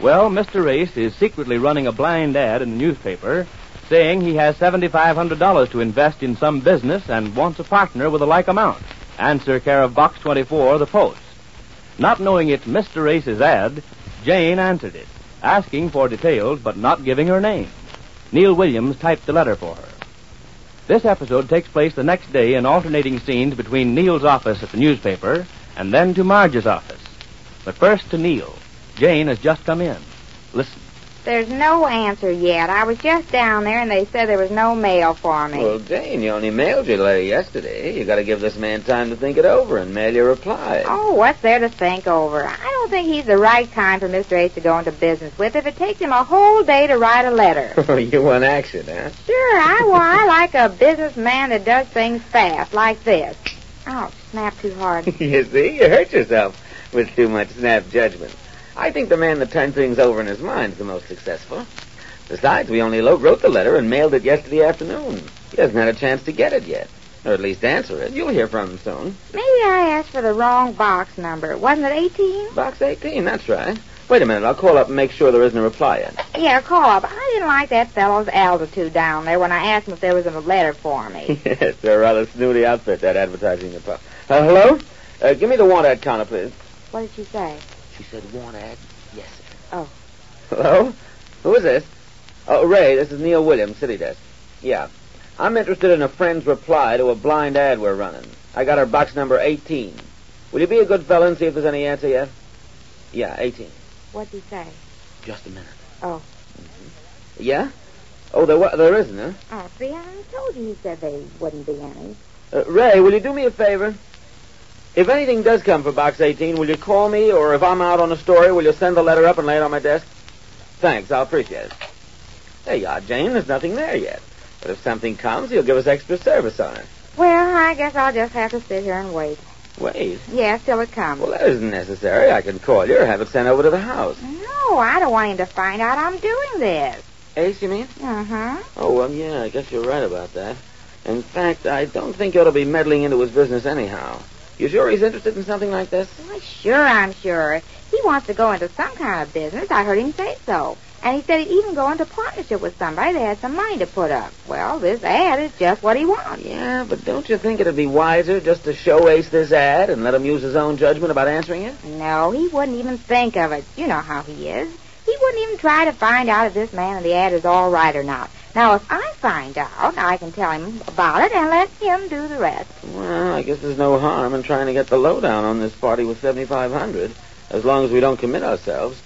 Well, Mr. Race is secretly running a blind ad in the newspaper saying he has $7,500 to invest in some business and wants a partner with a like amount. Answer care of Box 24, The Post. Not knowing it's Mr. Race's ad, Jane answered it, asking for details but not giving her name. Neil Williams typed the letter for her. This episode takes place the next day in alternating scenes between Neil's office at the newspaper and then to Marge's office. But first to Neil. Jane has just come in. Listen. There's no answer yet. I was just down there and they said there was no mail for me. Well, Jane, you only mailed your letter yesterday. You got to give this man time to think it over and mail your reply. Oh, what's there to think over? I don't think he's the right kind for Mr. Ace to go into business with if it takes him a whole day to write a letter. you want action, huh? Sure, I, well, I like a businessman that does things fast, like this. Oh, snap too hard. you see, you hurt yourself with too much snap judgment. I think the man that turns things over in his mind is the most successful. Besides, we only lo- wrote the letter and mailed it yesterday afternoon. He hasn't had a chance to get it yet, or at least answer it. You'll hear from him soon. Maybe I asked for the wrong box number. Wasn't it 18? Box 18, that's right. Wait a minute, I'll call up and make sure there isn't a reply yet. Yeah, call up. I didn't like that fellow's altitude down there when I asked him if there was a letter for me. yes, they're a rather snooty outfit, that advertising department. Uh, hello? Uh, give me the want ad counter, please. what did she say? She said want ad. Yes, sir. Oh. Hello? Who is this? Oh, Ray, this is Neil Williams, City Desk. Yeah. I'm interested in a friend's reply to a blind ad we're running. I got her box number 18. Will you be a good fellow and see if there's any answer yet? Yeah, 18. What did he say? Just a minute. Oh. Mm-hmm. Yeah? Oh, there, wa- there isn't, huh? Oh, see, I told you he said there wouldn't be any. Uh, Ray, will you do me a favor? If anything does come for box 18, will you call me, or if I'm out on a story, will you send the letter up and lay it on my desk? Thanks, I'll appreciate it. There you are, Jane. There's nothing there yet. But if something comes, you'll give us extra service on it. Well, I guess I'll just have to sit here and wait. Wait. Yeah, till it comes. Well, that isn't necessary. I can call you or have it sent over to the house. No, I don't want him to find out I'm doing this. Ace, you mean? Uh-huh. Oh, well, yeah, I guess you're right about that. In fact, I don't think you ought to be meddling into his business anyhow. You sure he's interested in something like this? Why, sure, I'm sure. He wants to go into some kind of business. I heard him say so. And he said he'd even go into partnership with somebody that had some money to put up. Well, this ad is just what he wants. Yeah, but don't you think it'd be wiser just to show Ace this ad and let him use his own judgment about answering it? No, he wouldn't even think of it. You know how he is. He wouldn't even try to find out if this man in the ad is all right or not. Now, if I find out, I can tell him about it and let him do the rest. Well, I guess there's no harm in trying to get the lowdown on this party with 7,500, as long as we don't commit ourselves.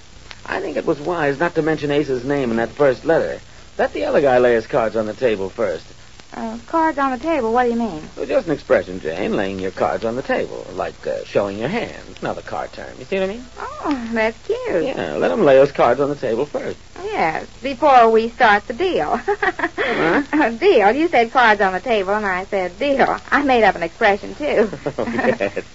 I think it was wise not to mention Ace's name in that first letter. Let the other guy lay his cards on the table first. Uh, cards on the table, what do you mean? It was just an expression, Jane, laying your cards on the table, like uh, showing your hand. Another card term. You see what I mean? Oh, that's cute. Yeah, let him lay his cards on the table first. Yes, before we start the deal. Huh? Deal. You said cards on the table, and I said deal. I made up an expression, too. oh, yes.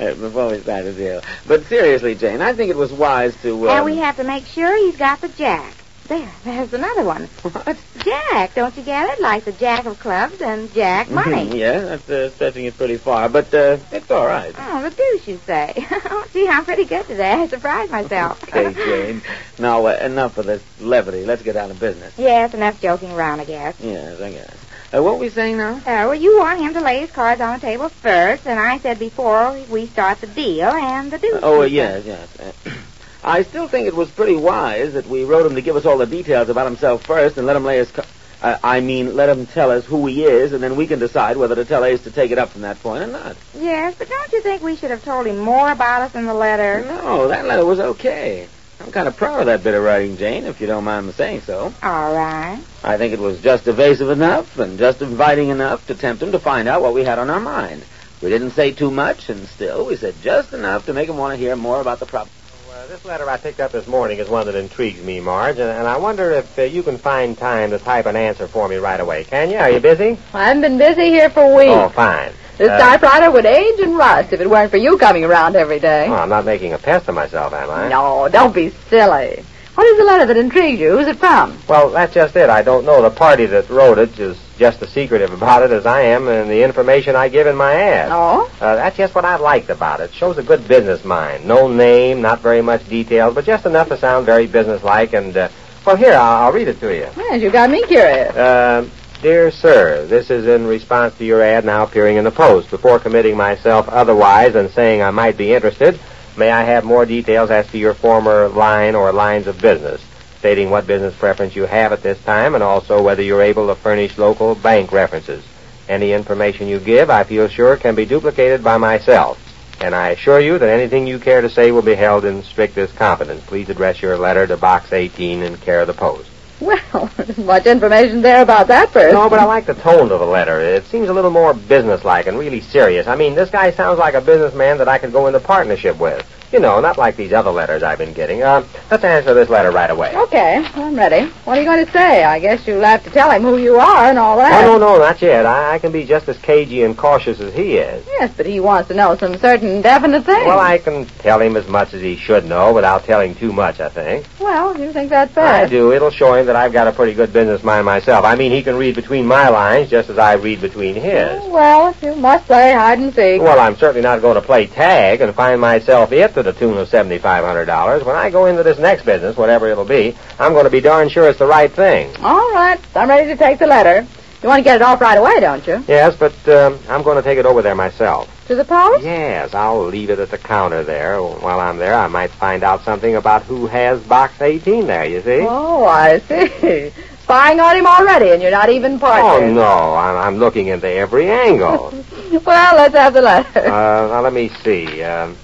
Uh, Before we start the deal. But seriously, Jane, I think it was wise to. Uh, and we have to make sure he's got the jack. There, there's another one. What? Jack, don't you get it? Like the jack of clubs and jack Mhm, money. yeah, that's uh, stretching it pretty far, but uh, it's all right. Oh, the deuce, you say. Oh, Gee, I'm pretty good today. I surprised myself. okay, Jane. Now, uh, enough of this levity. Let's get down to business. yes, enough joking around, I guess. Yes, I guess. Uh, what were we saying now? Uh, well, you want him to lay his cards on the table first, and I said before we start the deal and the deuce. Uh, oh, uh, you say. yes, yes. Uh, I still think it was pretty wise that we wrote him to give us all the details about himself first and let him lay his. ca- Uh, I mean, let him tell us who he is, and then we can decide whether to tell Ace to take it up from that point or not. Yes, but don't you think we should have told him more about us in the letter? No, that letter was okay. I'm kind of proud of that bit of writing, Jane, if you don't mind me saying so. All right. I think it was just evasive enough and just inviting enough to tempt him to find out what we had on our mind. We didn't say too much, and still we said just enough to make him want to hear more about the problem. Well, this letter I picked up this morning is one that intrigues me, Marge, and, and I wonder if uh, you can find time to type an answer for me right away. Can you? Are you busy? I haven't been busy here for weeks. Oh, fine. this uh, typewriter would age and rust if it weren't for you coming around every day. Oh, I'm not making a pest of myself, am I? no, don't be silly. What is the letter that intrigued you? Who's it from? Well, that's just it. I don't know. The party that wrote it is just as secretive about it as I am in the information I give in my ad. Oh? Uh, that's just what I liked about it. Shows a good business mind. No name, not very much details, but just enough to sound very businesslike. And uh, well, here I'll, I'll read it to you. Well, you got me curious. Uh, dear sir, this is in response to your ad now appearing in the Post. Before committing myself otherwise and saying I might be interested, may I have more details as to your former line or lines of business, stating what business preference you have at this time and also whether you're able to furnish local bank references. Any information you give, I feel sure, can be duplicated by myself. And I assure you that anything you care to say will be held in strictest confidence. Please address your letter to Box 18 and care of the Post. Well, there's much information there about that person. No, but I like the tone of the letter. It seems a little more businesslike and really serious. I mean, this guy sounds like a businessman that I could go into partnership with. You know, not like these other letters I've been getting. Uh, let's answer this letter right away. Okay, I'm ready. What are you going to say? I guess you'll have to tell him who you are and all that. Oh, no, no, not yet. I, I can be just as cagey and cautious as he is. Yes, but he wants to know some certain definite thing. Well, I can tell him as much as he should know without telling too much, I think. Well, you think that's I bad. do. It'll show him that I've got a pretty good business mind myself. I mean, he can read between my lines just as I read between his. Well, if you must play hide and seek. Well, I'm certainly not going to play tag and find myself it to the tune of seventy-five hundred dollars. When I go into this next business, whatever it'll be, I'm going to be darn sure it's the right thing. All right, I'm ready to take the letter. You want to get it off right away, don't you? Yes, but um, I'm going to take it over there myself. To the post? Yes, I'll leave it at the counter there. While I'm there, I might find out something about who has box eighteen there. You see? Oh, I see. Spying on him already, and you're not even oh partners. no, I'm, I'm looking into every angle. Well, let's have the uh, letter. now let me see. Um,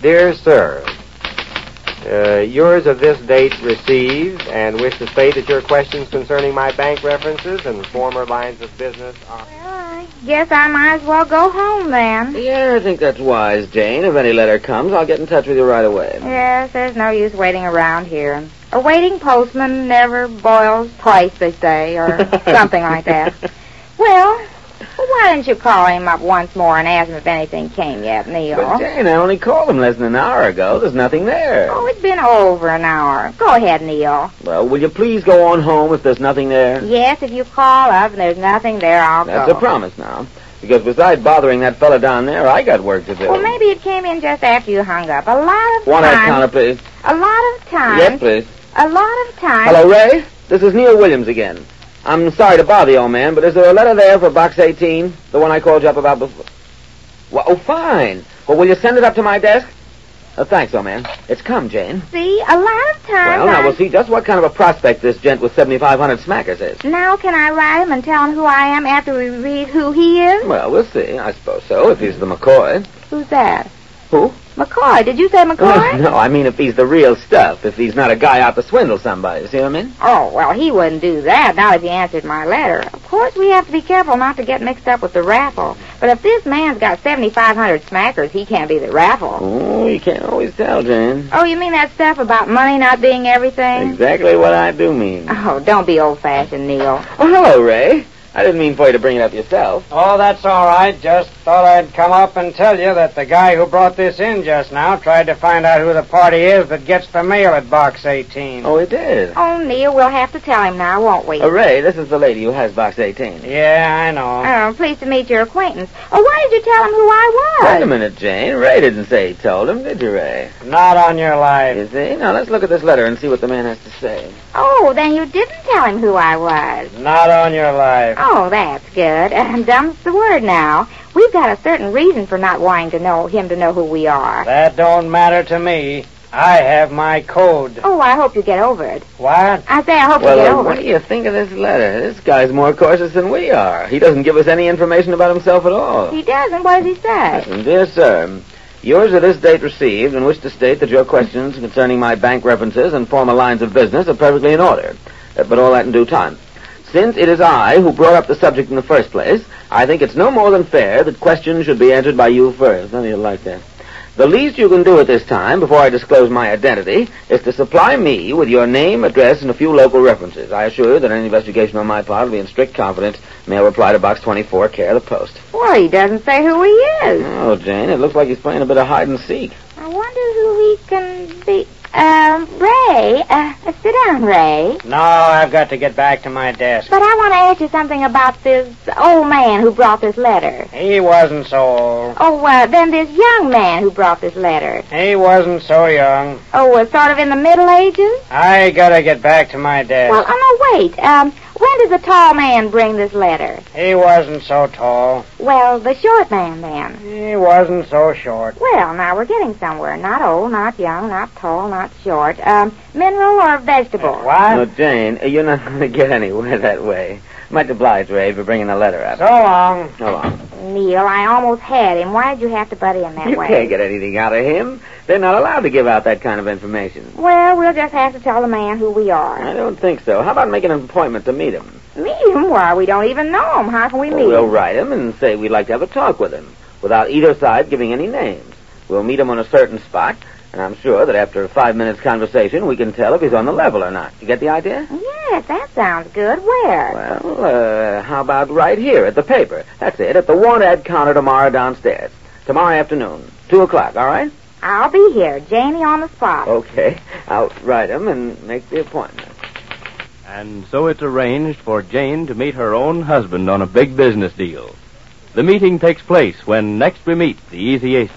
dear sir, uh, yours of this date received, and wish to state that your questions concerning my bank references and former lines of business are. Well, I guess I might as well go home then. Yeah, I think that's wise, Jane. If any letter comes, I'll get in touch with you right away. Yes, there's no use waiting around here. A waiting postman never boils twice, they say, or something like that. Well, why didn't you call him up once more and ask him if anything came yet, But, Neil? Jane, I only called him less than an hour ago. There's nothing there. Oh, it's been over an hour. Go ahead, Neil. Well, will you please go on home if there's nothing there? Yes, if you call up and there's nothing there, I'll That's go. a promise now. Because besides bothering that fella down there, I got work to do. Well, maybe it came in just after you hung up. A lot of One at time. counter, please. A lot of time. Yes, please. A lot of time. Hello, Ray. This is Neil Williams again. I'm sorry to bother you, old man, but is there a letter there for box 18? The one I called you up about before? Well, oh, fine. Well, will you send it up to my desk? Uh, thanks, old man. It's come, Jane. See, a lot of time. Well, now I- we'll see just what kind of a prospect this gent with 7,500 smackers is. Now can I write him and tell him who I am after we read who he is? Well, we'll see. I suppose so, if he's the McCoy. Who's that? Who? McCoy. Did you say McCoy? no, I mean if he's the real stuff. If he's not a guy out to swindle somebody. You see what I mean? Oh, well, he wouldn't do that, not if he answered my letter. Of course, we have to be careful not to get mixed up with the raffle. But if this man's got 7,500 smackers, he can't be the raffle. Oh, you can't always tell, Jane. Oh, you mean that stuff about money not being everything? Exactly what I do mean. Oh, don't be old-fashioned, Neil. Oh, hello, Ray. I didn't mean for you to bring it up yourself. Oh, that's all right. Just thought I'd come up and tell you that the guy who brought this in just now tried to find out who the party is that gets the mail at Box 18. Oh, it did. Oh, Neil, we'll have to tell him now, won't we? Uh, Ray, this is the lady who has box 18. Yeah, I know. Oh, pleased to meet your acquaintance. Oh, why did you tell him who I was? Wait a minute, Jane. Ray didn't say he told him, did you, Ray? Not on your life. You see? Now, let's look at this letter and see what the man has to say. Oh, then you didn't tell him who I was. Not on your life. Oh, that's good. And dumb's the word now. We've got a certain reason for not wanting to know him to know who we are. That don't matter to me. I have my code. Oh, I hope you get over it. What? I say, I hope you get Well, uh, over what do it. you think of this letter? This guy's more cautious than we are. He doesn't give us any information about himself at all. He doesn't. What does he say? And Dear sir, yours at this date received, and wish to state that your questions concerning my bank references and former lines of business are perfectly in order, Uh, but all that in due time. Since it is I who brought up the subject in the first place, I think it's no more than fair that questions should be answered by you first. None of you like that. The least you can do at this time, before I disclose my identity, is to supply me with your name, address, and a few local references. I assure you that any investigation on my part will be in strict confidence. Mail reply to Box 24, care of the post. Well, he doesn't say who he is. Oh, Jane, it looks like he's playing a bit of hide and seek. I wonder who he can be. Um, Ray, uh, sit down, Ray. No, I've got to get back to my desk. But I want to ask you something about this old man who brought this letter. He wasn't so old. Oh, uh, then this young man who brought this letter. He wasn't so young. Oh, uh, sort of in the Middle Ages? I gotta get back to my desk. Well, oh, no, wait. Um, when did the tall man bring this letter? He wasn't so tall. Well, the short man, then. He wasn't so short. Well, now we're getting somewhere. Not old, not young, not tall, not short. Um, mineral or vegetable? No, What? Jane, you're not going to get anywhere that way. Much obliged, Ray, for bringing the letter So Oh. up. long. Hold on. Neil, I almost had him. Why'd you have to butt in that You way? can't get anything out of him. They're not allowed to give out that kind of information. Well, we'll just have to tell the man who we I are. don't think so. How about making an appointment to meet him? Meet him? Why, we don't even know him. How can we meet Well, we'll him? write him and say we'd like to have a talk with him, without either side giving any names. We'll meet him on a certain spot, and I'm sure that after five minutes' conversation, we can tell if he's on the level or not. You get the idea? Yes, that sounds good. Where? Well, uh, how about right here at the paper? That's it, at the want ad counter tomorrow downstairs. Tomorrow afternoon, two o'clock. All right? I'll be here. Janie on the Oh, spot. Okay. I'll write him and make the appointment. And so it's arranged for Jane to meet her own husband on a big business deal. The meeting takes place when next we meet the Easy Ace.